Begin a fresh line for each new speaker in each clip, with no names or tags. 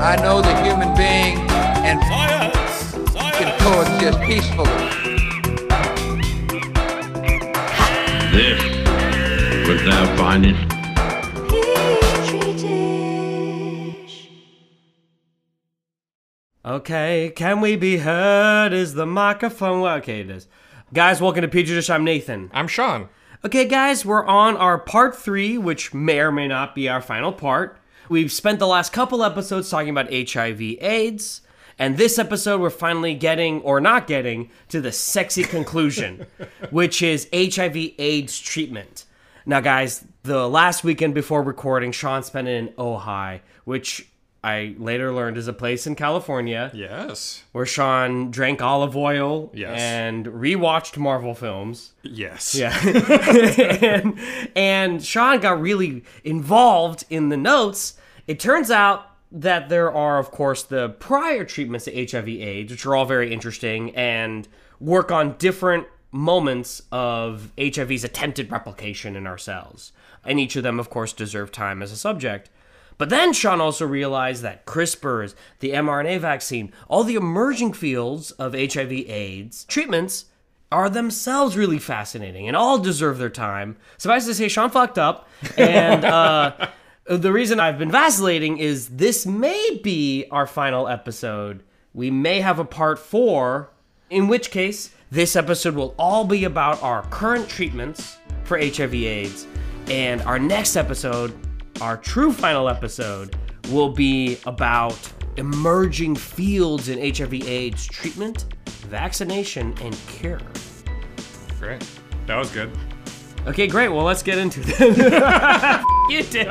I know the human being and
Science!
can
Science!
coexist peacefully.
This was thou findest.
Okay, can we be heard? Is the microphone okay? It is. Guys, welcome to Petri Dish. I'm Nathan.
I'm Sean.
Okay, guys, we're on our part three, which may or may not be our final part. We've spent the last couple episodes talking about HIV/AIDS, and this episode we're finally getting or not getting to the sexy conclusion, which is HIV/AIDS treatment. Now, guys, the last weekend before recording, Sean spent it in Ojai, which I later learned is a place in California
Yes.
where Sean drank olive oil
Yes.
and rewatched Marvel films.
Yes.
and, and Sean got really involved in the notes. It turns out that there are, of course, the prior treatments to HIV/AIDS, which are all very interesting and work on different moments of HIV's attempted replication in our cells. And each of them, of course, deserve time as a subject. But then Sean also realized that CRISPRs, the mRNA vaccine, all the emerging fields of HIV AIDS treatments are themselves really fascinating and all deserve their time. Suffice to say, Sean fucked up. And uh, the reason I've been vacillating is this may be our final episode. We may have a part four, in which case, this episode will all be about our current treatments for HIV/AIDS. And our next episode, our true final episode, will be about emerging fields in HIV/AIDS treatment, vaccination, and cure.
Great. That was good.
Okay, great. Well, let's get into it. you did.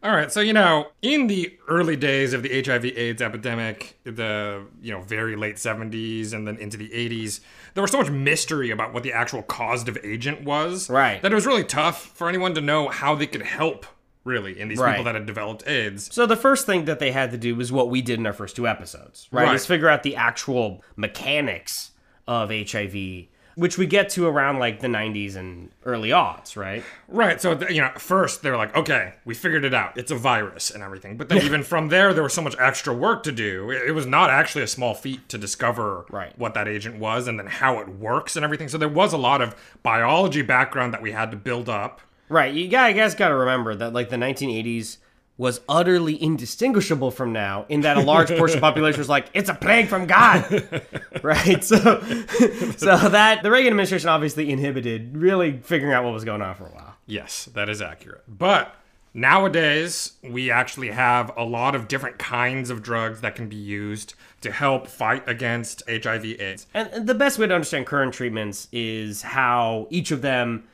All right. So, you know, in the early days of the HIV AIDS epidemic, the, you know, very late 70s and then into the 80s, there was so much mystery about what the actual causative agent was.
Right.
That it was really tough for anyone to know how they could help, really, in these
Right.
people that had developed AIDS.
So the first thing that they had to do was what we did in our first two episodes, right?
Right.
Is figure out the actual mechanics of HIV, which we get to around like the 90s and early aughts, right?
Right. So, th- you know, first they're like, okay, we figured it out. It's a virus and everything. But then even from there, there was so much extra work to do. It, it was not actually a small feat to discover
Right.
what that agent was and then how it works and everything. So there was a lot of biology background that we had to build up.
Right. You guys, guys got to remember that like the 1980s was utterly indistinguishable from now in that a large portion of the population was like it's a plague from god right so so that the reagan administration obviously inhibited really figuring out what was going on for a while
Yes, that is accurate. But nowadays, we actually have a lot of different kinds of drugs that can be used to help fight against HIV AIDS.
And the best way to understand current treatments is how each of them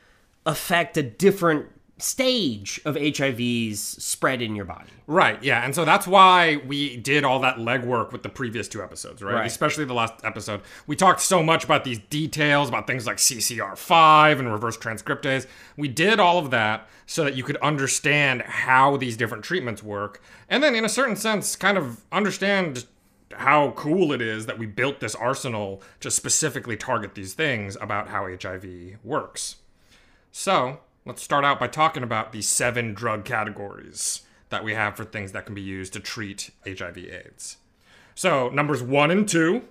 affect a different stage of HIV's spread in your body.
Right, yeah. And so that's why we did all that legwork with the previous two episodes, right?
Right.
Especially the last episode. We talked so much about these details, about things like CCR5 and reverse transcriptase. We did all of that so that you could understand how these different treatments work. And then, in a certain sense, kind of understand how cool it is that we built this arsenal to specifically target these things about how HIV works. So let's start out by talking about the seven drug categories that we have for things that can be used to treat HIV/AIDS. So numbers one and two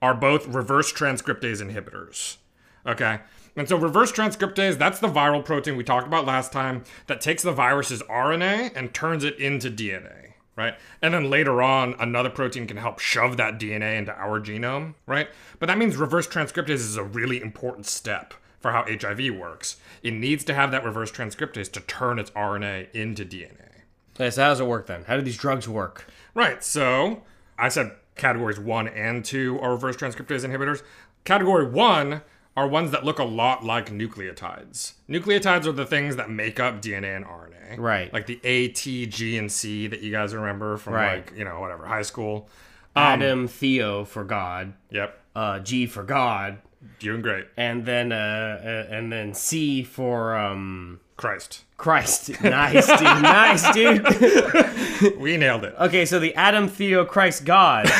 are both reverse transcriptase inhibitors. Okay. And so reverse transcriptase, that's the viral protein we talked about last time that takes the virus's RNA and turns it into DNA, right? And then later on, another protein can help shove that DNA into our genome, right? But that means reverse transcriptase is a really important step for how HIV works. It needs to have that reverse transcriptase to turn its RNA into DNA.
Okay, so how does it work then? How do these drugs work?
Right. So I said categories one and two are reverse transcriptase inhibitors. Category one are ones that look a lot like nucleotides. Nucleotides are the things that make up DNA and RNA.
Right.
Like the A, T, G, and C that you guys remember from
Right.
like, you know, whatever, high school.
Adam, Theo for God,
Yep.
uh, G for God,
Doing great.
and then uh, uh, and then C for um,
Christ.
Christ. Nice, dude. nice, dude.
We nailed it.
Okay, so the Adam, Theo, Christ, God,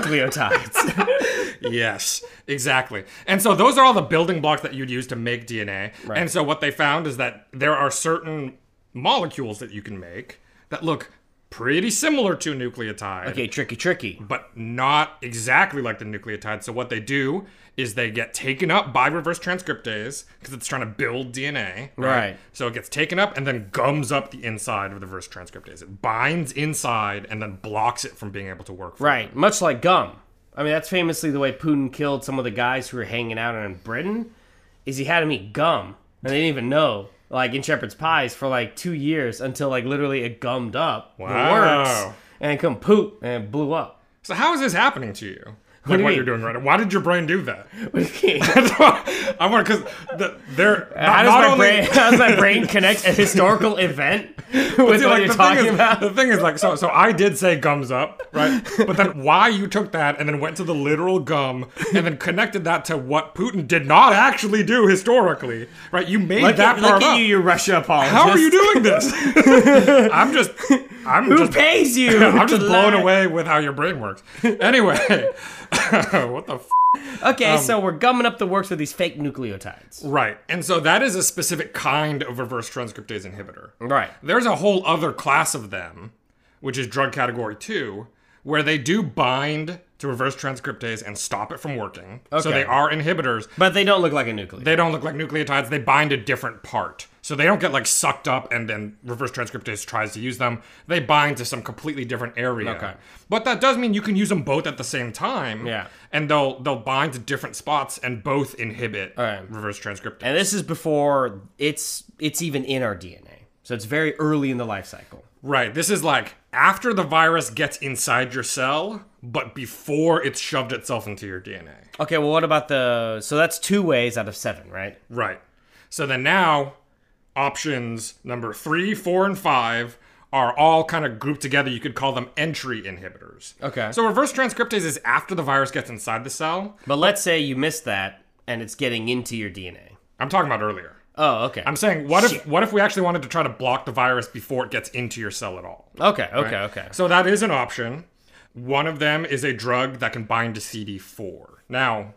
nucleotides.
yes, exactly. And so those are all the building blocks that you'd use to make DNA. And so what they found is that there are certain molecules that you can make that look pretty similar to a nucleotide.
Okay, tricky, tricky.
But not exactly like the nucleotide. So what they do is they get taken up by reverse transcriptase because it's trying to build DNA.
Right.
So it gets taken up and then gums up the inside of the reverse transcriptase. It binds inside and then blocks it from being able to work. further.
Right, much like gum. I mean, that's famously the way Putin killed some of the guys who were hanging out in Britain. Is he had him eat gum, and they didn't even know. Like in shepherd's pies for like two years until like literally it gummed up. the
Wow.
works, and it come poop and it blew up.
So how is this happening to you? Like what,
do you
you're
mean?
doing right now? Why did your brain do that?
How
I want because the, they're not,
does
not
my
only.
brain? How does my brain connect a historical event with what
See, like,
you're
the thing
talking
is,
about?
The thing is, like, so, so I did say gums up, right? But then why you took that and then went to the literal gum and then connected that to what Putin did not actually do historically, right? You made
Look,
that
at,
part
look at
up.
you, you Russia apologist.
How are you doing this? I'm just, I'm
Who
just
pays you?
I'm just
to
blown
lie?
away with how your brain works. Anyway, what the f-
Okay, so we're gumming up the works with these fake nucleotides.
Right. And so that is a specific kind of reverse transcriptase inhibitor.
Right.
There's a whole other class of them, which is drug category two, where they do bind to reverse transcriptase and stop it from working. So
Okay.
they are inhibitors.
But they don't look like a nucleotide.
They don't look like nucleotides, they bind a different part. So they don't get like sucked up and then reverse transcriptase tries to use them. They bind to some completely different area.
Okay.
But that does mean you can use them both at the same time.
Yeah.
And they'll they'll bind to different spots and both inhibit
right.
reverse transcriptase.
and this is before it's it's even in our DNA. So it's very early in the life cycle.
Right. This is like after the virus gets inside your cell, but before it's shoved itself into your DNA.
Okay, well, what about the? So that's two ways out of seven, right?
Right. So then now, options number three, four, and five are all kind of grouped together. You could call them entry inhibitors.
Okay.
So reverse transcriptase is after the virus gets inside the cell.
But let's say you missed that, and it's getting into your DNA.
I'm talking about earlier.
Oh, okay.
I'm saying, what if what if we actually wanted to try to block the virus before it gets into your cell at all?
okay, okay, okay.
So that is an option. One of them is a drug that can bind to CD4. Now,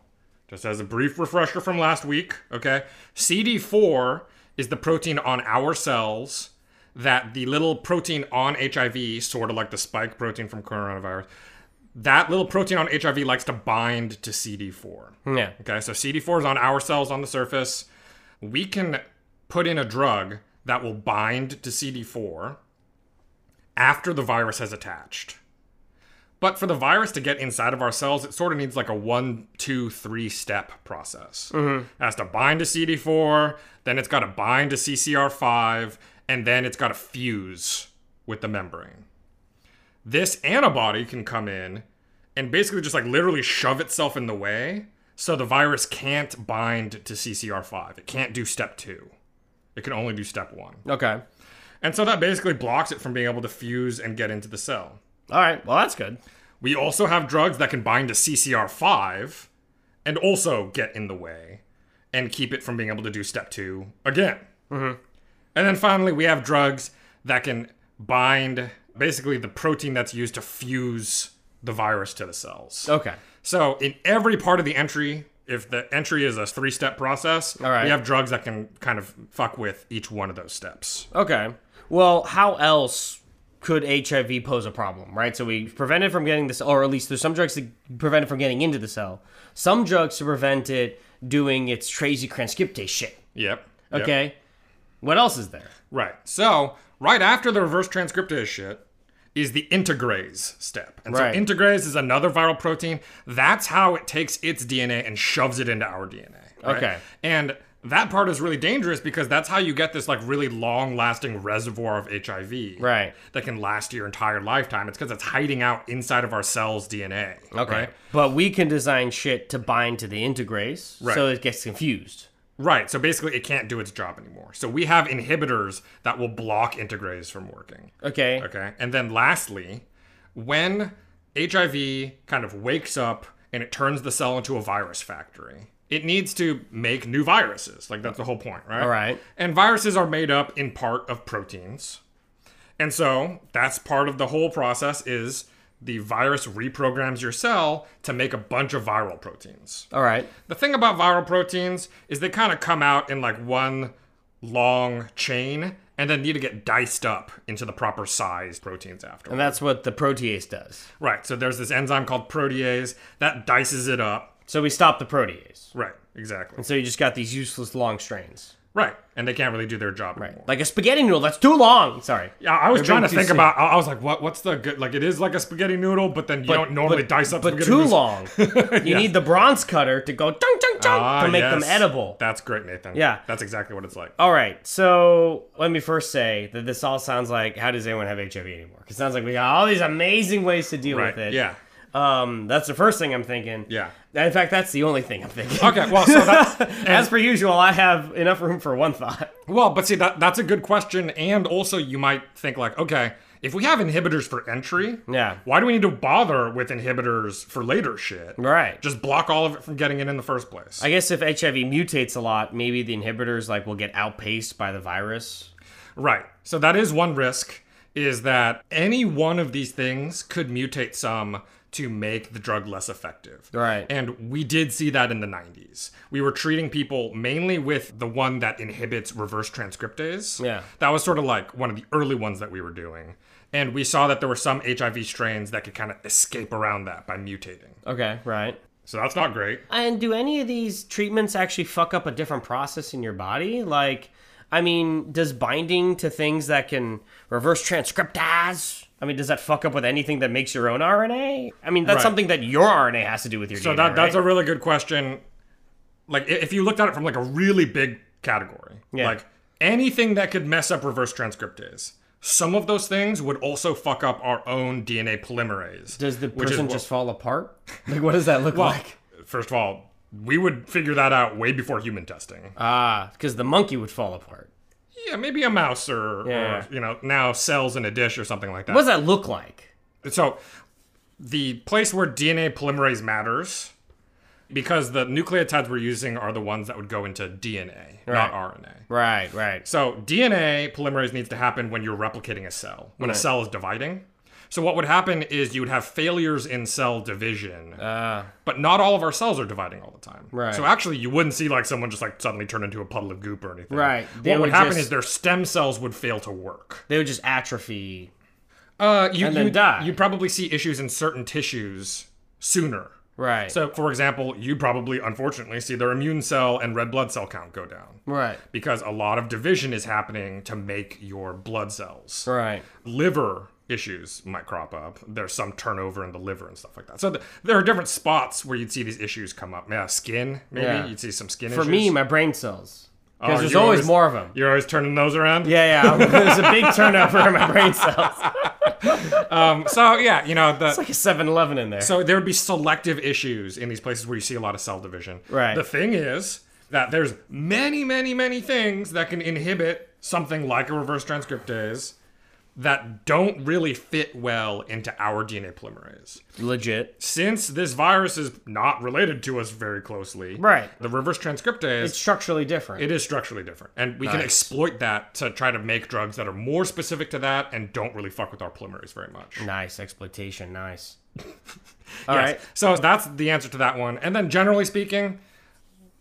just as a brief refresher from last week, okay, CD4 is the protein on our cells that the little protein on HIV, sort of like the spike protein from coronavirus, that little protein on HIV likes to bind to CD4.
Yeah.
Okay, so CD4 is on our cells on the surface. We can put in a drug that will bind to CD4 after the virus has attached. But for the virus to get inside of our cells, it sort of needs like a one, two, three step process. It has to bind to CD4, then it's got to bind to CCR5, and then it's got to fuse with the membrane. This antibody can come in and basically just like literally shove itself in the way so the virus can't bind to CCR5. It can't do step two, it can only do step one.
Okay.
And so that basically blocks it from being able to fuse and get into the cell.
All right. Well, that's good.
We also have drugs that can bind to CCR5 and also get in the way and keep it from being able to do step two again. Mm-hmm. And then finally, we have drugs that can bind basically the protein that's used to fuse the virus to the cells.
Okay.
So in every part of the entry, if the entry is a three step process,
All right.
we have drugs that can kind of fuck with each one of those steps.
Okay. Well, how else could HIV pose a problem, right? So we prevent it from getting this, or at least there's some drugs to prevent it from getting into the cell. Some drugs to prevent it doing its crazy transcriptase shit.
Yep. Yep.
Okay. What else is there?
Right. So, right after the reverse transcriptase shit is the integrase step. And
Right.
so, integrase is another viral protein. That's how it takes its DNA and shoves it into our DNA. right?
Okay.
And that part is really dangerous because that's how you get this like really long lasting reservoir of HIV.
Right.
That can last your entire lifetime. It's because it's hiding out inside of our cells' DNA.
Okay.
Right?
But we can design shit to bind to the integrase,
Right.
so it gets confused.
Right, So basically, it can't do its job anymore. So we have inhibitors that will block integrase from working.
Okay.
Okay. And then lastly, when HIV kind of wakes up and it turns the cell into a virus factory, it needs to make new viruses. Like that's the whole point, right?
All right.
And viruses are made up in part of proteins. And so that's part of the whole process is the virus reprograms your cell to make a bunch of viral proteins.
All right.
The thing about viral proteins is they kind of come out in like one long chain and then need to get diced up into the proper size proteins after.
And that's what the protease does.
right. So there's this enzyme called protease that dices it up.
So we stop the protease.
Right. Exactly.
So you just got these useless long strains.
Right. And they can't really do their job anymore.
Like a spaghetti noodle. That's too long. Sorry.
Yeah, I was
They're
trying
being
to
too
think
sick.
about. I I was like, what? What's the good? Like, it is like a spaghetti noodle, but then you don't normally
but,
dice up.
But
spaghetti
too
noodles.
long. You need the bronze cutter to go dunk, dunk, dunk
Ah,
to make them
yes.
edible.
That's great, Nathan.
Yeah.
that's exactly what it's like.
all right, so let me first say that this all sounds like how does anyone have HIV anymore? 'Cause It sounds like we got all these amazing ways to deal
Right.
with it.
Yeah.
Um, that's the first thing I'm thinking.
Yeah.
In fact, that's the only thing I'm thinking.
Okay. Well, so that's
As per usual, I have enough room for one thought.
Well, but see that that's a good question, and also you might think like, okay, if we have inhibitors for entry,
Yeah.
why do we need to bother with inhibitors for later shit?
Right.
Just block all of it from getting in in the first place.
I guess if HIV mutates a lot, maybe the inhibitors like will get outpaced by the virus.
right. So that is one risk is that any one of these things could mutate some to make the drug less effective.
Right.
And we did see that in the 90s. We were treating people mainly with the one that inhibits reverse transcriptase.
Yeah.
That was sort of like one of the early ones that we were doing. And we saw that there were some HIV strains that could kind of escape around that by mutating.
Okay, right.
So that's not great.
And do any of these treatments actually fuck up a different process in your body? Like, I mean, does binding to things that can reverse transcriptase? I mean, does that fuck up with anything that makes your own RNA? I mean, that's
Right.
something that your RNA has to do with your
So
DNA.
that that's
right?
a really good question. Like i- if you looked at it from like a really big category,
Yeah.
like anything that could mess up reverse transcriptase, some of those things would also fuck up our own DNA polymerase.
Does the
which is
person
what-
just fall apart? Like, what does that look
Well,
like?
first of all, we would figure that out way before human testing.
Ah, because the monkey would fall apart.
yeah, maybe a mouse or,
Yeah.
or you know now cells in a dish or something like that.
What does that look like?
So, the place where DNA polymerase matters, because the nucleotides we're using are the ones that would go into DNA, not RNA.
Right, right.
So, DNA polymerase needs to happen when you're replicating a cell, when a cell is dividing. So, what would happen is you would have failures in cell division, but not all of our cells are dividing all the time.
Ah. Right.
So, actually, you wouldn't see like someone just like suddenly turn into a puddle of goop or anything.
Right. They
what would
would
happen
just-
is their stem cells would fail to work.
They would just atrophy.
Uh, you,
And then
you'd-
die.
You'd probably see issues in certain tissues sooner.
Right.
So, for example, you'd probably, unfortunately, see their immune cell and red blood cell count go down
right.
because a lot of division is happening to make your blood cells.
Right.
Liver issues might crop up. There's some turnover in the liver and stuff like that. So, th- there are different spots where you'd see these issues come up. Yeah, skin, maybe.
Yeah.
You'd see some skin
For
issues.
me, my brain cells. Because
Oh,
there's
you
always, more of them.
You're always turning those around?
Yeah, yeah. There's a big turnover in my brain cells.
Um, so, yeah, you know, the.
It's like a 7 Eleven in there.
So there would be selective issues in these places where you see a lot of cell division.
Right.
The thing is that there's many, many, many things that can inhibit something like a reverse transcriptase that don't really fit well into our DNA polymerase.
Legit.
Since this virus is not related to us very closely,
Right.
The reverse transcriptase
It's structurally different.
it is structurally different, and we can
Nice.
exploit that to try to make drugs that are more specific to that and don't really fuck with our polymerase very much.
nice. Exploitation. Nice. All right.
Yes. So that's the answer to that one. And then generally speaking,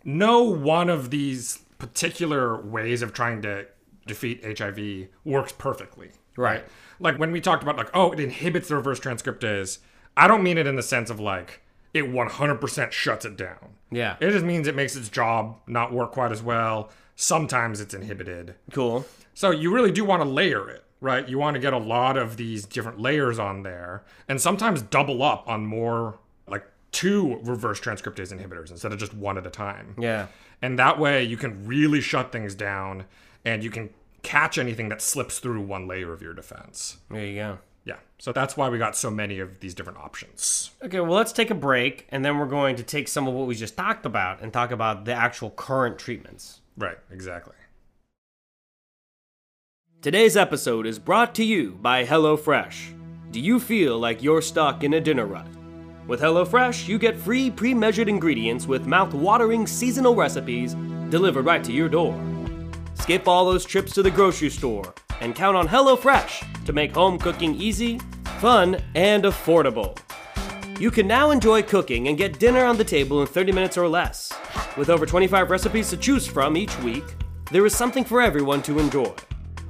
no one of these particular ways of trying to defeat HIV works perfectly.
Right.
Like when we talked about like, oh, it inhibits the reverse transcriptase, I don't mean it in the sense of like it 100% shuts it down.
Yeah.
It just means it makes its job not work quite as well. Sometimes it's inhibited.
Cool.
So you really do want to layer it, right? You want to get a lot of these different layers on there and sometimes double up on more like two reverse transcriptase inhibitors instead of just one at a time.
Yeah.
And that way you can really shut things down and you can catch anything that slips through one layer of your defense.
There you go.
Yeah. So that's why we got so many of these different options.
Okay, well, let's take a break, and then we're going to take some of what we just talked about and talk about the actual current treatments.
Right, exactly.
Today's episode is brought to you by HelloFresh. Do you feel like you're stuck in a dinner rut? With HelloFresh, you get free pre measured ingredients with mouth watering seasonal recipes delivered right to your door. Skip all those trips to the grocery store and count on HelloFresh to make home cooking easy, fun, and affordable. You can now enjoy cooking and get dinner on the table in 30 minutes or less. With over 25 recipes to choose from each week, there is something for everyone to enjoy.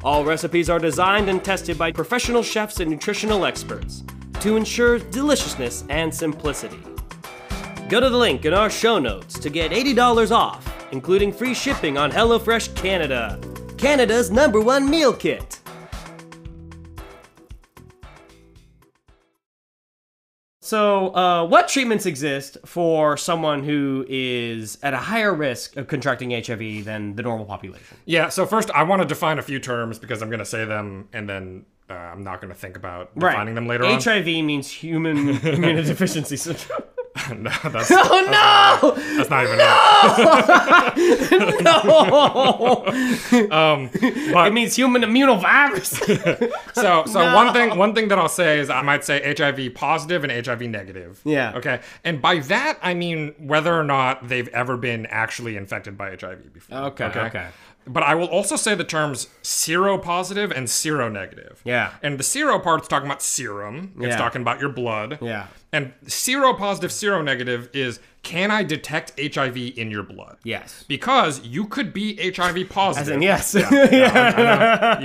All recipes are designed and tested by professional chefs and nutritional experts to ensure deliciousness and simplicity. Go to the link in our show notes to get $80 off, including free shipping on HelloFresh Canada, Canada's number one meal kit.
So, uh, what treatments exist for someone who is at a higher risk of contracting HIV than the normal population?
Yeah, so first I want to define a few terms because I'm going to say them and then uh, I'm not going to think about defining them later on.
HIV means human immunodeficiency syndrome.
no, that's,
Oh
that's not even no!
no!
it. Um, But-
it means human immunovirus.
so so one thing one thing that I'll say is I might say HIV positive and HIV negative.
Yeah.
Okay. And by that I mean whether or not they've ever been actually infected by HIV before.
Okay, okay.
But I will also say the terms seropositive and seronegative.
Yeah.
And the sero part's talking about serum. It's
Yeah.
talking about your blood.
Yeah.
And seropositive, seronegative is can I detect HIV in your blood?
yes.
Because you could be HIV
As
positive.
in, yes.
Yeah.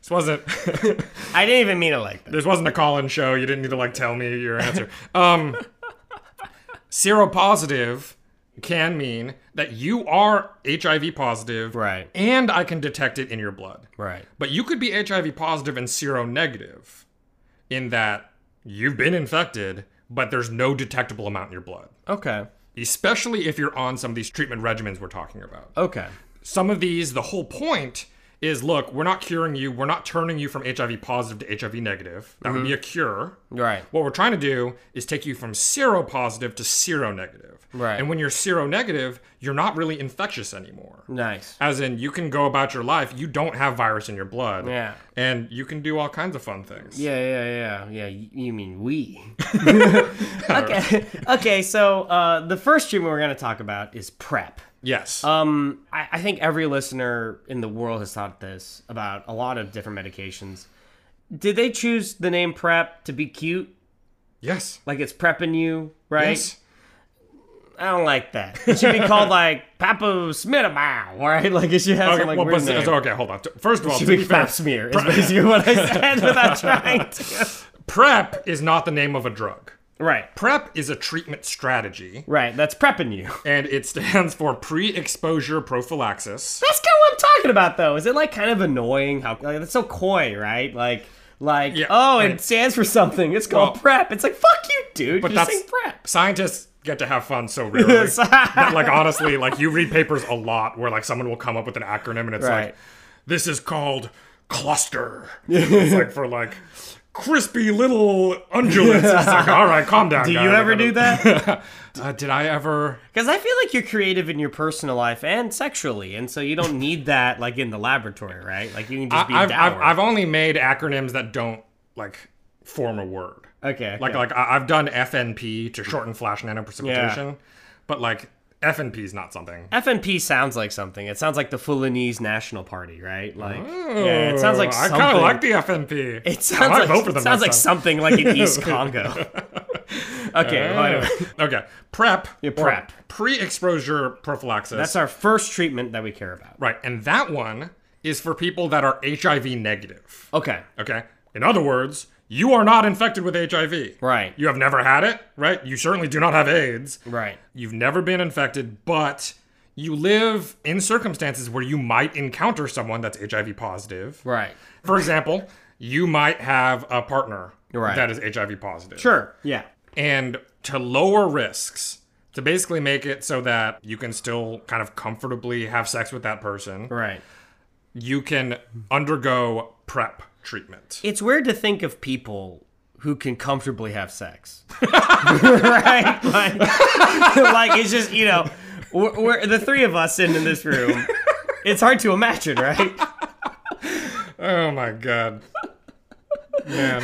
This wasn't
I didn't even mean it like that.
this wasn't a call-in show. You didn't need to like tell me your answer. Um, seropositive can mean that you are HIV positive,
Right.
And I can detect it in your blood,
Right.
But you could be HIV positive and seronegative, in that you've been infected, but there's no detectable amount in your blood.
Okay.
Especially if you're on some of these treatment regimens we're talking about
Okay.
some of these, the whole point is look, we're not curing you, we're not turning you from HIV positive to HIV negative. That would be a cure.
Mm-hmm. Right.
What we're trying to do is take you from seropositive to seronegative.
Right.
And when you're seronegative, you're not really infectious anymore.
Nice.
As in, you can go about your life, you don't have virus in your blood.
Yeah.
And you can do all kinds of fun things.
Yeah, yeah, yeah, yeah. y- You mean we? okay, okay. So uh, the first treatment we're going to talk about is PrEP.
Yes.
Um, I, I think every listener in the world has thought this about a lot of different medications. Did they choose the name PrEP to be cute?
yes.
Like it's prepping you, right?
Yes.
I don't like that. It should be called like Papa Smithabow, right? Like it should have
Okay,
some like
well,
weird
but-
name.
okay, hold on. First of all,
It
to
should be
be fair,
Pap Smear. Is basically what I said without trying to.
PrEP is not the name of a drug.
Right,
PrEP is a treatment strategy.
right. That's prepping you.
and it stands for pre-exposure prophylaxis.
That's kind of what I'm talking about, though. Is it like kind of annoying how like, that's so coy, right? Like, like
Yeah,
oh, it
right.
stands for something. It's called
Well-
prep. It's like fuck you, dude.
But
You're
that's
saying prep.
scientists get to have fun so rarely. but like honestly, like you read papers a lot where like someone will come up with an acronym and it's
Right.
like this is called cluster. it's like for like crispy little undulates. It's like all right, calm down.
Do
guy.
you
Like,
ever
I
do
don't-
that?
Uh, did I ever?
Because I feel like you're creative in your personal life and sexually, and so you don't need that like in the laboratory, right? Like you can just be
I, I've, I've,
dour.
I've only made acronyms that don't like form a word.
okay,
Like
okay.
like I- I've done FNP to shorten flash nanoprecipitation, but like FNP is not something.
FNP sounds like something. It sounds like the Fulanese National Party, right? Like, yeah, it sounds like
Oh, I
something.
kind of like the FNP.
It sounds
I might
like
vote for them
it sounds like
next time.
something like in East Congo. okay, well, anyway.
okay, prep.
Yeah,
or
prep.
Pre-exposure prophylaxis.
that's our first treatment that we care about.
right, and that one is for people that are HIV negative.
Okay,
Okay, in other words. You are not infected with HIV.
Right.
You have never had it, right? You certainly do not have AIDS.
right.
You've never been infected, but you live in circumstances where you might encounter someone that's HIV positive.
Right.
For example, you might have a partner
Right.
that is HIV positive.
Sure. Yeah.
And to lower risks to basically make it so that you can still kind of comfortably have sex with that person.
Right.
You can undergo prep treatment.
It's weird to think of people who can comfortably have sex, right? Like, like it's just you know, we're, we're the three of us sitting in this room. It's hard to imagine, right?
Oh my god. Man.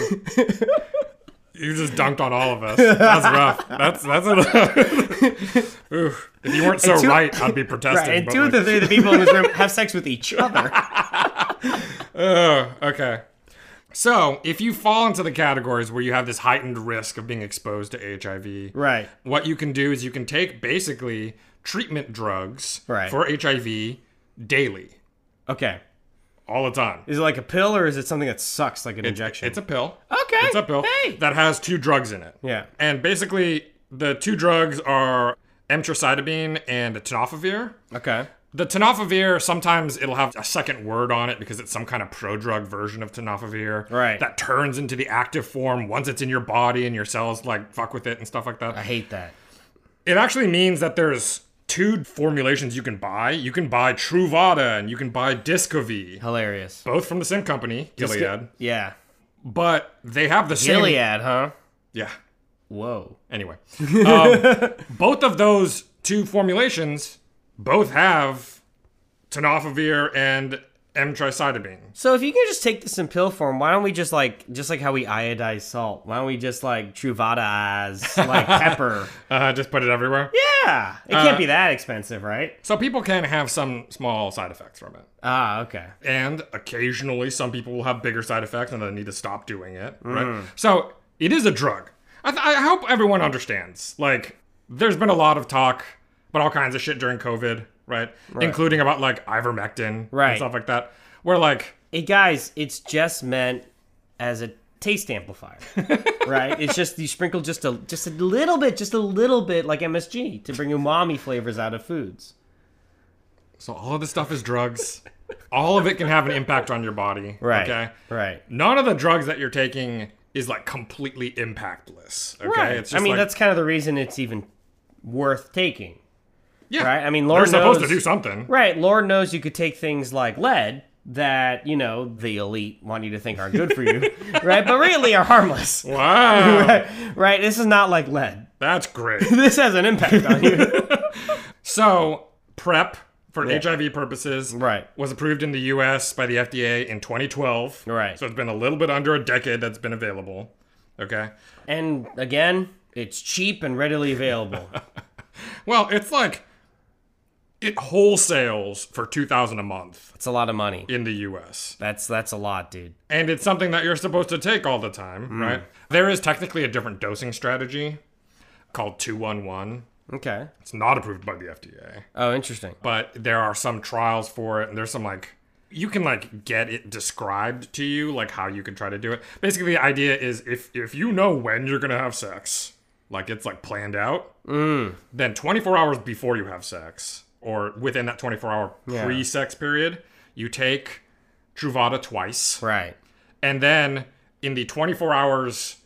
You just dunked on all of us. That's rough. That's that's a, Oof. If you weren't so
And two-
right, I'd be protesting.
Right, and
but
two of the
like-
three of the people in this room have sex with each other.
Oh, okay. So, if you fall into the categories where you have this heightened risk of being exposed to HIV,
Right.
What you can do is you can take basically treatment drugs
Right.
for HIV daily,
Okay.
all the time.
Is it like a pill or is it something that sucks like an injection?
It's a pill.
Okay,
It's a pill
hey.
that has two drugs in it.
Yeah.
And basically, the two drugs are emtricitabine and tenofovir.
okay.
The tenofovir, sometimes it'll have a second word on it because it's some kind of prodrug version of tenofovir.
Right.
That turns into the active form once it's in your body and your cells like fuck with it and stuff like that.
I hate that.
It actually means that there's two formulations you can buy. You can buy Truvada and you can buy Discovy,
Hilarious.
both from the same company, Gilead.
Yeah.
But they have the same.
Gilead, huh?
Yeah.
Whoa.
Anyway, um, both of those two formulations both have tenofovir and emtricitabine.
So if you can just take this in pill form, why don't we just like just like how we iodize salt? Why don't we just like Truvadaize like pepper?
Uh, just put it everywhere.
Yeah. It can't
Uh,
be that expensive, right?
So people can have some small side effects from it.
Ah, okay.
and occasionally some people will have bigger side effects and they need to stop doing it right so it is a drug I, th- I hope everyone understands like there's been a lot of talk about all kinds of shit during covid right, including about like ivermectin
Right.
and stuff like that where like
Hey guys, it's just meant as a taste amplifier. right? It's just you sprinkle just a just a little bit, just a little bit like MSG to bring umami flavors out of foods.
so all of this stuff is drugs all of it can have an impact on your body okay
Right.
none of the drugs that you're taking is like completely impactless okay
Right.
it's
I
just
mean,
like-
that's kind of the reason it's even worth taking.
yeah
right. I mean,
they're
Lord
supposed
knows-
to do something
Right. Lord knows you could take things like lead that, you know, the elite want you to think are good for you, right? But really are harmless.
wow
Right? This is not like lead.
that's great
This has an impact on you.
So PrEP for HIV purposes
Right.
was approved in the US by the FDA in 2012.
Right.
So it's been a little bit under a decade that's been available. Okay.
and again, it's cheap and readily available.
Well, it's like it wholesales for 2000 a month
It's a lot of money.
in the US.
That's that's a lot, dude.
And it's something that you're supposed to take all the time, right? There is technically a different dosing strategy called 211.
Okay.
It's not approved by the FDA.
Oh, interesting.
but there are some trials for it and there's some like you can like get it described to you like how you could try to do it basically the idea is if if you know when you're gonna have sex like it's like planned out then 24 hours before you have sex or within that 24 hour pre-sex period you take truvada twice
Right.
and then in the 24 hours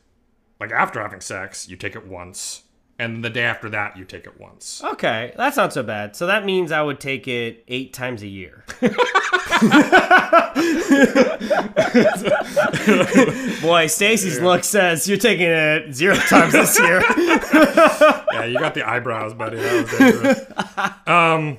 like after having sex you take it once and the day after that you take it once
Okay, that's not so bad. So that means I would take it eight times a year. Boy, Stacy's look says you're taking it zero times this year.
yeah, you got the eyebrows, buddy. That was dangerous. um.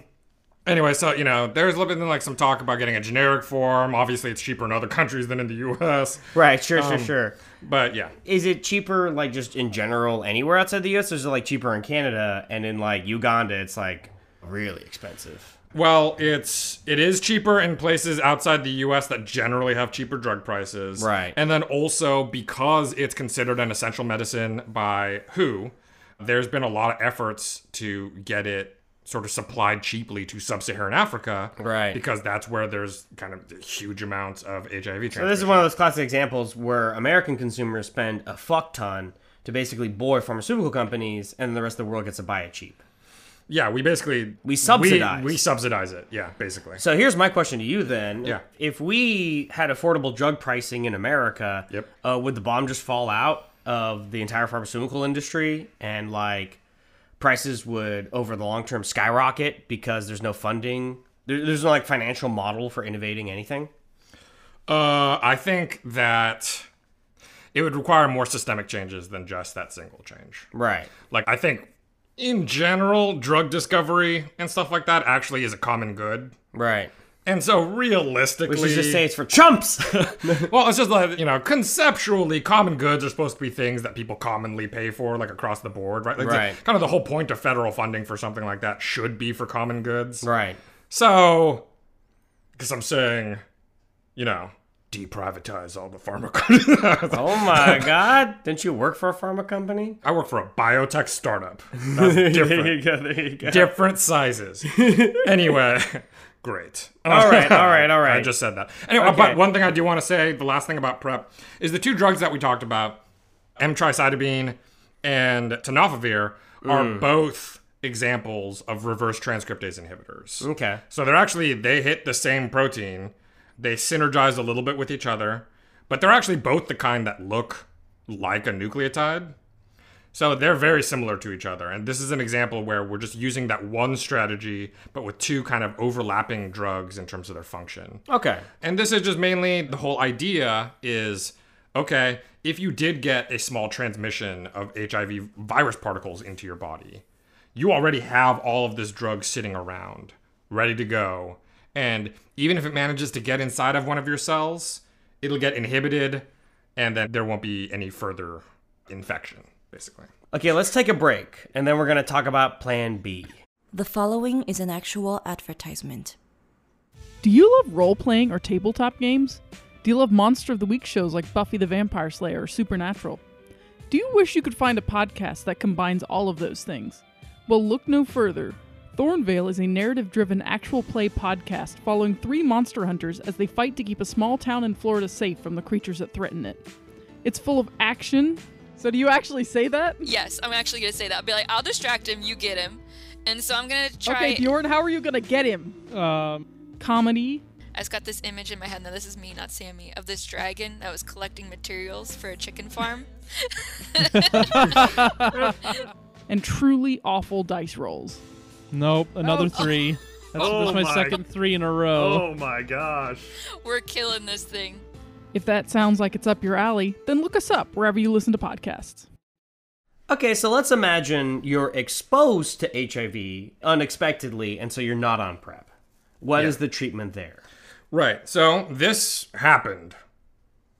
Anyway, so you know, there's a little bit like some talk about getting a generic form. Obviously, it's cheaper in other countries than in the U.S.
right, sure, sure, sure.
But yeah,
Is it cheaper, like just in general, anywhere outside the US? Or is it like cheaper in Canada and in like Uganda? It's like really expensive.
well, it's it is cheaper in places outside the U.S. that generally have cheaper drug prices,
Right.
And then also because it's considered an essential medicine by WHO, there's been a lot of efforts to get it sort of supplied cheaply to sub-Saharan Africa,
Right.
Because that's where there's kind of huge amounts of HIV.
So this is one of those classic examples where American consumers spend a fuck ton to basically bore pharmaceutical companies, and the rest of the world gets to buy it cheap.
Yeah, we basically
We subsidize.
We, we subsidize it. Yeah, basically.
So here's my question to you then.
Yeah.
If we had affordable drug pricing in America,
Yep.
uh, would the bomb just fall out? of the entire pharmaceutical industry and like prices would over the long term skyrocket because there's no funding there, there's no like financial model for innovating anything
Uh, I think that it would require more systemic changes than just that single change.
right
Like, I think in general, drug discovery and stuff like that actually is a common good.
right
And so, realistically,
we should just say it's for chumps
well, it's just like you know, conceptually, common goods are supposed to be things that people commonly pay for, like across the board, right? Like, it's
Right.
Kind of the whole point of federal funding for something like that should be for common goods,
right
So, because I'm saying, you know, deprivatize all the pharmaceuticals.
oh my god didn't you work for a pharma company
I work for a biotech startup. That's different.
go there you go
different sizes. Anyway, great.
all right all right all right
I just said that. Anyway, but one thing I do want to say, the last thing about PrEP, is the two drugs that we talked about, M-tricytidine and tenofovir, are
Mm.
both examples of reverse transcriptase inhibitors.
okay
So they're actually they hit the same protein. They synergize a little bit with each other, but they're actually both the kind that look like a nucleotide. So they're very similar to each other. And this is an example where we're just using that one strategy but with two kind of overlapping drugs in terms of their function.
okay
And this is just mainly the whole idea is okay, if you did get a small transmission of HIV virus particles into your body, you already have all of this drug sitting around, ready to go. And even if it manages to get inside of one of your cells, it'll get inhibited and then there won't be any further infection, basically.
okay let's take a break and then we're gonna talk about plan b
The following is an actual advertisement.
Do you love role playing or tabletop games? Do you love Monster of the Week shows like Buffy the Vampire Slayer or Supernatural? Do you wish you could find a podcast that combines all of those things? Well, look no further. Thornvale is a narrative driven actual play podcast following three monster hunters as they fight to keep a small town in Florida safe from the creatures that threaten it. It's full of action. So, do you actually say that?
Yes, I'm actually gonna say that. I'll be like, I'll distract him, you get him. And so I'm gonna try.
Okay, Bjorn, how are you going to get him? Comedy,
I just got this image in my head. Now this is me, not Sammy, of this dragon that was collecting materials for a chicken farm.
and truly awful dice rolls.
Nope, another three. That's, that's my, second three in a row.
my gosh.
We're killing this thing.
If that sounds like it's up your alley, then look us up wherever you listen to podcasts.
Okay, so let's imagine you're exposed to HIV unexpectedly, and so you're not on PrEP. What is the treatment there?
Right. So this happened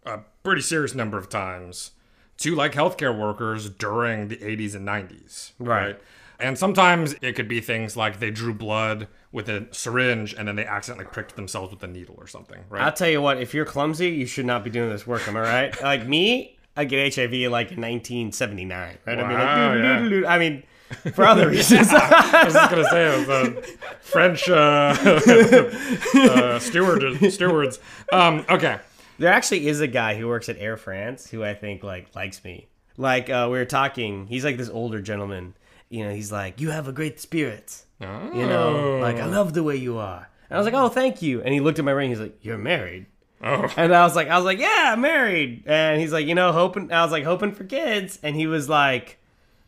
a pretty serious number of times to like healthcare workers during the 80s and 90s.
Right.
And sometimes it could be things like they drew blood with a syringe and then they accidentally pricked themselves with a needle or something.
I'll
Right.
tell you what, if you're clumsy, you should not be doing this work, am I right? like me, I get HIV like in 1979, right? I mean, like,
Wow, yeah.
doo-doo-doo-doo-doo. I mean, for other reasons.
I was just gonna say it was uh, French uh, uh, steward, stewards. Um, okay.
There actually is a guy who works at Air France who I think like likes me. Like uh, we were talking, he's like this older gentleman. You know, he's like, "You have a great spirit." You know, like I love the way you are. And I was like, "Oh, thank you." And he looked at my ring. He's like, "You're married."
Oh.
And I was like, I was like, yeah, I'm married. And he's like, you know, hoping. I was like, hoping for kids. And he was like,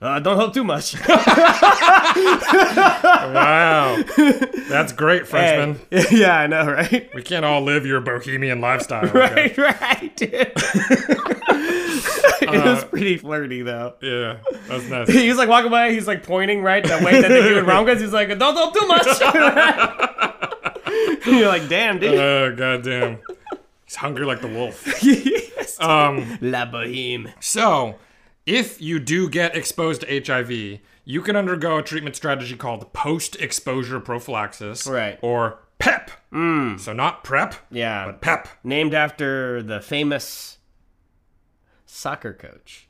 uh, don't hope too much.
Wow. That's great, Frenchman.
yeah, I know, right?
We can't all live your bohemian lifestyle. okay?
Right, right, dude. it was pretty flirty though.
Yeah. That's nice.
he was like walking by, he's like pointing right the way that they do it wrong because he's like, don't talk too much. You're like, damn, dude.
Oh goddamn! He's hungry like the wolf.
Uh-huh.
Um,
La Boheme.
So, if you do get exposed to HIV, you can undergo a treatment strategy called post-exposure prophylaxis,
Right. Mm.
Or PEP. So not prep,
Yeah.
but PEP.
Named after the famous soccer coach,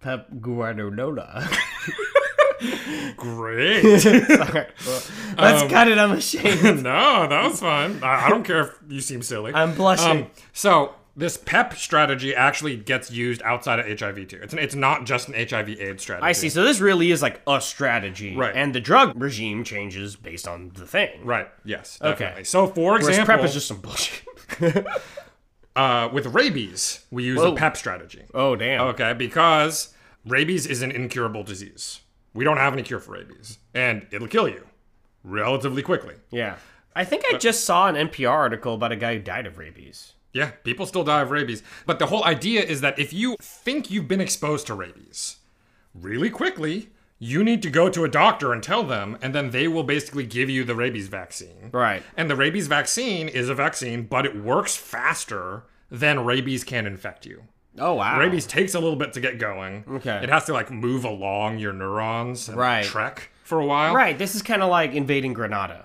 Pep Guardiola.
Great.
Let's cut it. I'm ashamed.
no, that was fun. I, I don't care if you seem silly.
I'm blushing.
Um, so this PEP strategy actually gets used outside of HIV too. It's it's not just an HIV/AIDS strategy.
I see. So this really is like a strategy,
Right.
And the drug regime changes based on the thing,
Right. Yes.
Okay.
Definitely. So, for
Whereas E
example,
prep is just some bullshit.
Uh, with rabies, we use
Whoa.
the PEP strategy.
Oh, damn.
Okay, because rabies is an incurable disease. We don't have any cure for rabies, and it'll kill you relatively quickly.
Yeah. I think I just saw an NPR article about a guy who died of rabies.
Yeah, people still die of rabies. But the whole idea is that if you think you've been exposed to rabies really quickly, you need to go to a doctor and tell them, and then they will basically give you the rabies vaccine.
Right.
And the rabies vaccine is a vaccine, but it works faster than rabies can infect you.
Oh, wow.
Rabies takes a little bit to get going.
Okay.
It has to like move along your neurons and
Right.
trek for a while.
Right. This is kind of like invading Grenada,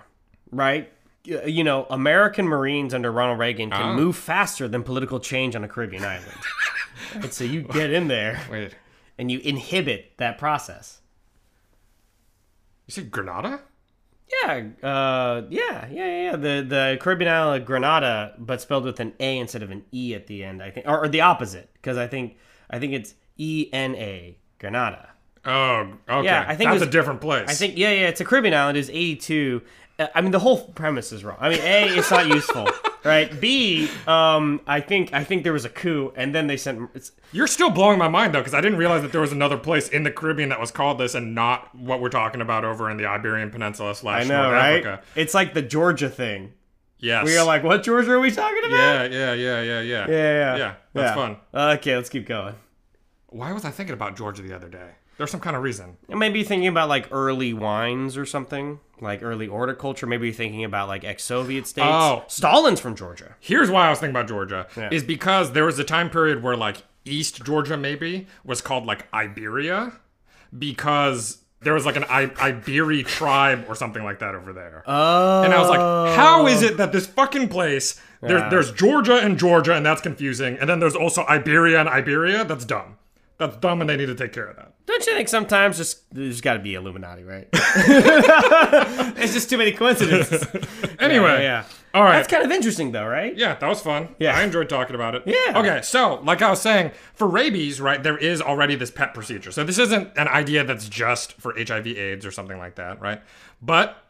right? Y- uh, You know, American Marines under Ronald Reagan can move faster than political change on a Caribbean island. and so you get in there
Wait.
and you inhibit that process.
You said Granada?
Yeah, uh, yeah, yeah, yeah. yeah. The the Caribbean island of Grenada, but spelled with an A instead of an E at the end. I think, or, or the opposite, because I think I think it's E N A Grenada.
Oh, okay.
Yeah, I think it
that's
was-
a different place.
I think, yeah, yeah, it's a Caribbean island. It's 82. Uh, I mean, the whole premise is wrong. I mean, A, it's not useful, right? B, um, I think, I think there was a coup, and then they sent. It's,
You're still blowing my mind though, because I didn't realize that there was another place in the Caribbean that was called this, and not what we're talking about over in the Iberian Peninsula
I
slash
know,
North
right?
Africa.
It's like the Georgia thing.
uh, Yes.
We are like, what Georgia are we talking about?
yeah, yeah, yeah, yeah, yeah,
yeah, yeah.
yeah. That's fun.
Okay, let's keep going.
Why was I thinking about Georgia the other day? There's some kind of reason.
And maybe you're thinking about like early wines or something, like early horticulture. Maybe you're thinking about like ex-Soviet states.
Oh.
Stalin's from Georgia.
Here's why I was thinking about Georgia
Yeah.
is because there was a time period where like East Georgia maybe was called like Iberia because there was like an I- Iberi tribe or something like that over there.
Oh,
And I was like, how is it that this fucking place,
Yeah.
there's, there's Georgia and Georgia, and that's confusing. And then there's also Iberia and Iberia. That's dumb. That's dumb, and they need to take care of that.
Don't you think sometimes just there's got to be Illuminati, right? it's just too many coincidences.
Anyway.
yeah, yeah.
All right.
That's kind of interesting, though, right?
yeah, that was fun.
Yeah.
I enjoyed talking about it.
Yeah.
Okay, so like I was saying, for rabies, right, there is already this PEP procedure. So this isn't an idea that's just for HIV AIDS or something like that, right? But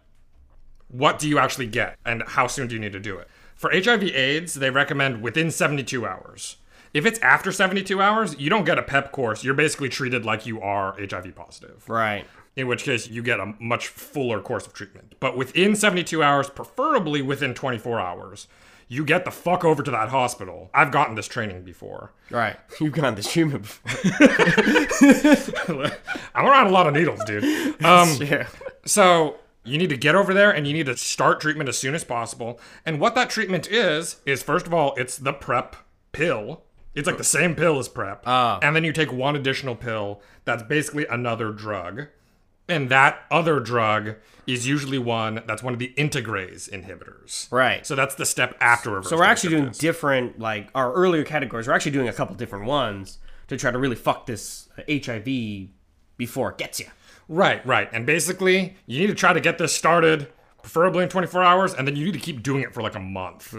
what do you actually get and how soon do you need to do it? For HIV AIDS, they recommend within 72 hours. If it's after 72 hours, you don't get a PEP course. You're basically treated like you are HIV positive.
Right.
In which case, you get a much fuller course of treatment. But within 72 hours, preferably within 24 hours, you get the fuck over to that hospital. I've gotten this training before.
Right. You've gone this human before.
I'm around a lot of needles, dude. Um,
Yeah.
So you need to get over there and you need to start treatment as soon as possible. And what that treatment is, is first of all, it's the PrEP pill. It's like the same pill as PrEP.
Ah.
And then you take one additional pill that's basically another drug. And that other drug is usually one that's one of the integrase inhibitors.
Right.
So that's the step after reverse.
So we're actually doing
transcriptase.
different, like our earlier categories. We're actually doing a couple different ones to try to really fuck this uh, HIV before it gets you.
Right, right. And basically, you need to try to get this started, preferably in 24 hours, and then you need to keep doing it for like a month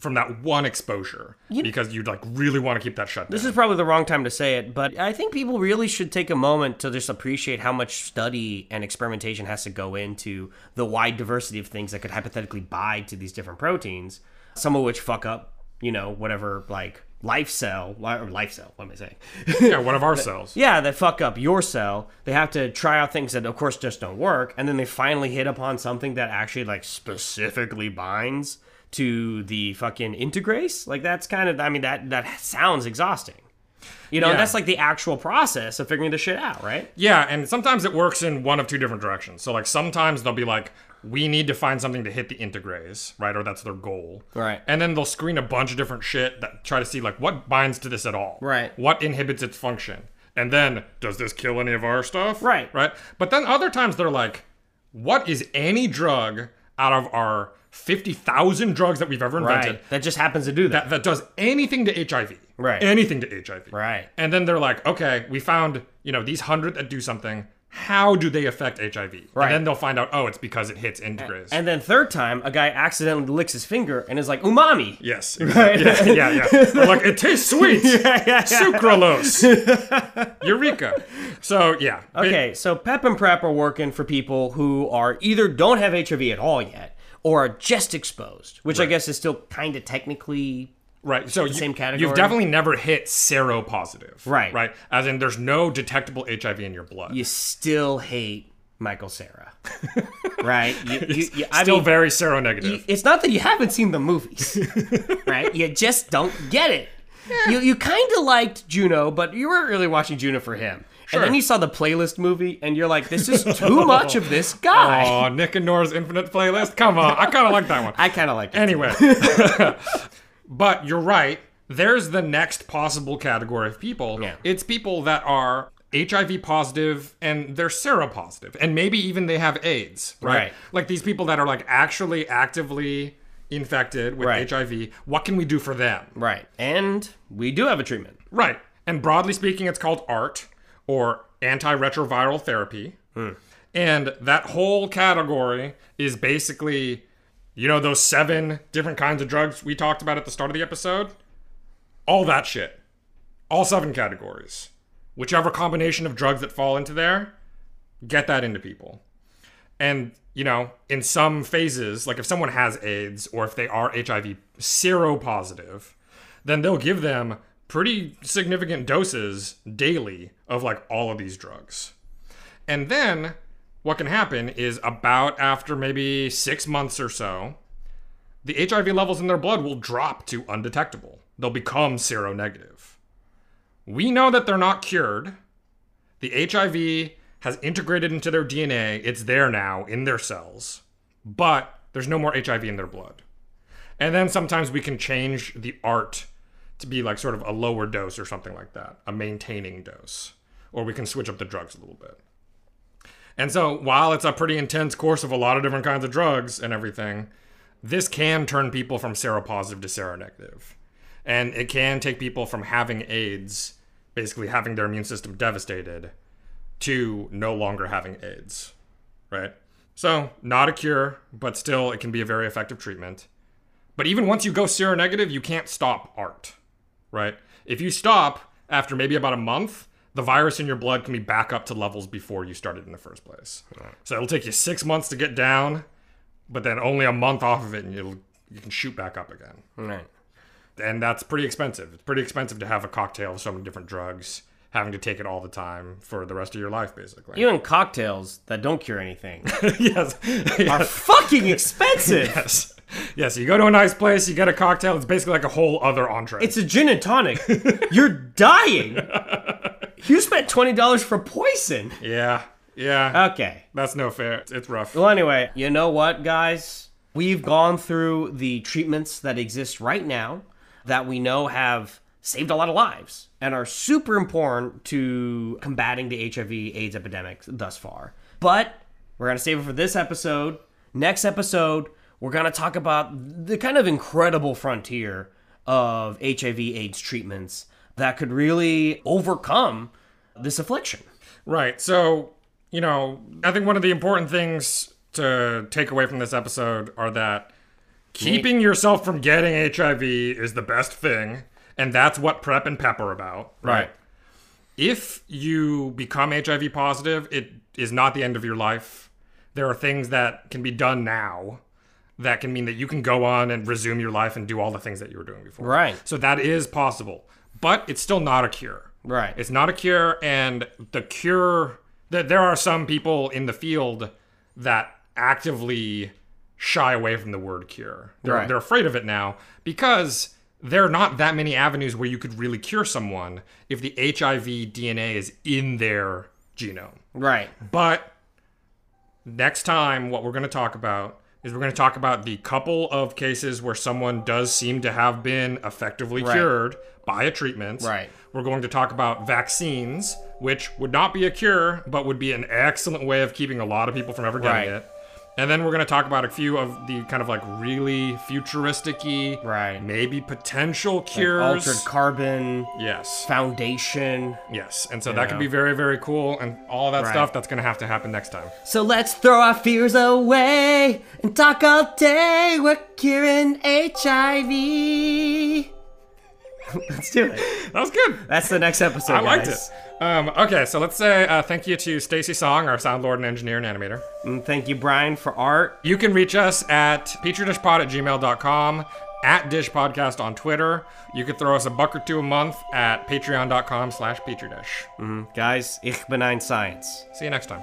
from that one exposure because you'd like really want to keep that shut down.
This is probably the wrong time to say it, but I think people really should take a moment to just appreciate how much study and experimentation has to go into the wide diversity of things that could hypothetically bind to these different proteins, some of which fuck up, you know, whatever, like life cell, li- or life cell, what am I saying?
yeah, one of our cells.
yeah, they fuck up your cell. They have to try out things that, of course, just don't work. And then they finally hit upon something that actually, like, specifically binds to the fucking integrase. Like, that's kind of, I mean, that, that sounds exhausting. You know,
Yeah.
that's like the actual process of figuring this shit out, right?
Yeah, and sometimes it works in one of two different directions. So like sometimes they'll be like, we need to find something to hit the integrase, right? Or that's their goal.
Right.
And then they'll screen a bunch of different shit that try to see like what binds to this at all.
Right.
What inhibits its function? And then does this kill any of our stuff?
Right.
Right. But then other times they're like, what is any drug out of our 50,000 drugs that we've ever invented
Right. That just happens to do that.
that, that does anything to HIV.
Right.
Anything to HIV.
Right.
And then they're like, okay, we found, you know, these hundred that do something. How do they affect HIV?
Right.
And then they'll find out, oh, it's because it hits integrase.
and then third time, a guy accidentally licks his finger and is like, umami.
yes. exactly. Yeah, yeah, yeah. Or like, it tastes sweet. Sucralose. Eureka. So, yeah. Ba-
Okay, so PEP and PrEP are working for people who are either don't have HIV at all yet or are just exposed, which I guess is still kind of technically
Right. So you,
same category?
You've definitely never hit seropositive.
Right.
Right. As in, there's no detectable HIV in your blood.
You still hate Michael Sarah, right? You, you, you, I
Still
mean,
very seronegative.
you- it's not that you haven't seen the movies, right? You just don't get it. You you kind of liked Juno, but you weren't really watching Juno for him. And then you saw the playlist movie, and you're like, "This is too much of this guy."
Aw, Nick and Nora's Infinite Playlist. Come on. I kind of like that one.
I kind of like it.
Anyway, but you're right. There's the next possible category of people.
Yeah.
It's people that are HIV positive and they're seropositive, and maybe even they have AIDS, right?
Right.
Like these people that are like actually actively infected with
Right.
HIV. What can we do for them?
right, and we do have a treatment.
Right. And broadly speaking, it's called ART or antiretroviral therapy. And that whole category is basically, you know, those seven different kinds of drugs we talked about at the start of the episode? All that shit. All seven categories. Whichever combination of drugs that fall into there, get that into people. And, you know, in some phases, like if someone has AIDS or if they are HIV seropositive, then they'll give them pretty significant doses daily of like all of these drugs. And then what can happen is about after maybe six months or so, the HIV levels in their blood will drop to undetectable. They'll become seronegative. We know that they're not cured. The HIV has integrated into their DNA. It's there now in their cells, but there's no more HIV in their blood. And then sometimes we can change the art to be like sort of a lower dose or something like that, a maintaining dose. Or we can switch up the drugs a little bit. And so while it's a pretty intense course of a lot of different kinds of drugs and everything, this can turn people from seropositive to seronegative. And it can take people from having AIDS, basically having their immune system devastated, to no longer having AIDS, right? So, not a cure, but still it can be a very effective treatment. But even once you go seronegative, you can't stop art, right? If you stop after maybe about a month, the virus in your blood can be back up to levels before you started in the first place. So it'll take you six months to get down, but then only a month off of it, and you'll you can shoot back up again.
Right.
And that's pretty expensive. It's pretty expensive to have a cocktail of so many different drugs, having to take it all the time for the rest of your life, basically.
Even cocktails that don't cure anything
yes.
are fucking expensive.
yes. Yes. You go to a nice place, you get a cocktail. It's basically like a whole other entree.
It's a gin and tonic. You're dying. You spent twenty dollars for poison.
yeah. Yeah.
Okay.
That's no fair. It's- It's rough.
Well, anyway, you know what, guys? We've gone through the treatments that exist right now that we know have saved a lot of lives and are super important to combating the HIV/AIDS epidemic thus far. But we're gonna save it for this episode. Next episode, we're gonna talk about the kind of incredible frontier of HIV/AIDS treatments that could really overcome this affliction.
Right. So, you know, I think one of the important things to take away from this episode are that keeping yourself from getting HIV is the best thing. And that's what prep and PEP are about.
Right.
If you become HIV positive, it is not the end of your life. There are things that can be done now that can mean that you can go on and resume your life and do all the things that you were doing before.
Right.
So that is possible, but it's still not a cure.
Right.
It's not a cure, and the cure. Th- there are some people in the field that actively shy away from the word cure. They're,
Right.
they're afraid of it now because there are not that many avenues where you could really cure someone if the HIV DNA is in their genome.
Right.
But next time, what we're going to talk about is we're going to talk about the couple of cases where someone does seem to have been effectively
Right.
cured by a treatment.
Right.
We're going to talk about vaccines, which would not be a cure, but would be an excellent way of keeping a lot of people from ever getting
Right.
it. And then we're going to talk about a few of the kind of like really futuristic y,
Right.
maybe potential cures.
Altered carbon.
yes.
foundation.
Yes. And so that could be very, very cool. And all that
Right.
stuff that's going to have to happen next time.
So let's throw our fears away and talk all day. We're curing HIV. let's do it.
That was good.
That's the next episode.
I liked
guys.
it. Um, okay, so let's say uh, thank you to Stacy Song, our sound lord and engineer and animator.
And thank you, Mm, Brian, for art.
You can reach us at petridishpod at gmail.com. at Dish Podcast on Twitter. You could throw us a buck or two a month at patreon.com slash Petri Dish.
Guys, ich benign science.
See you next time.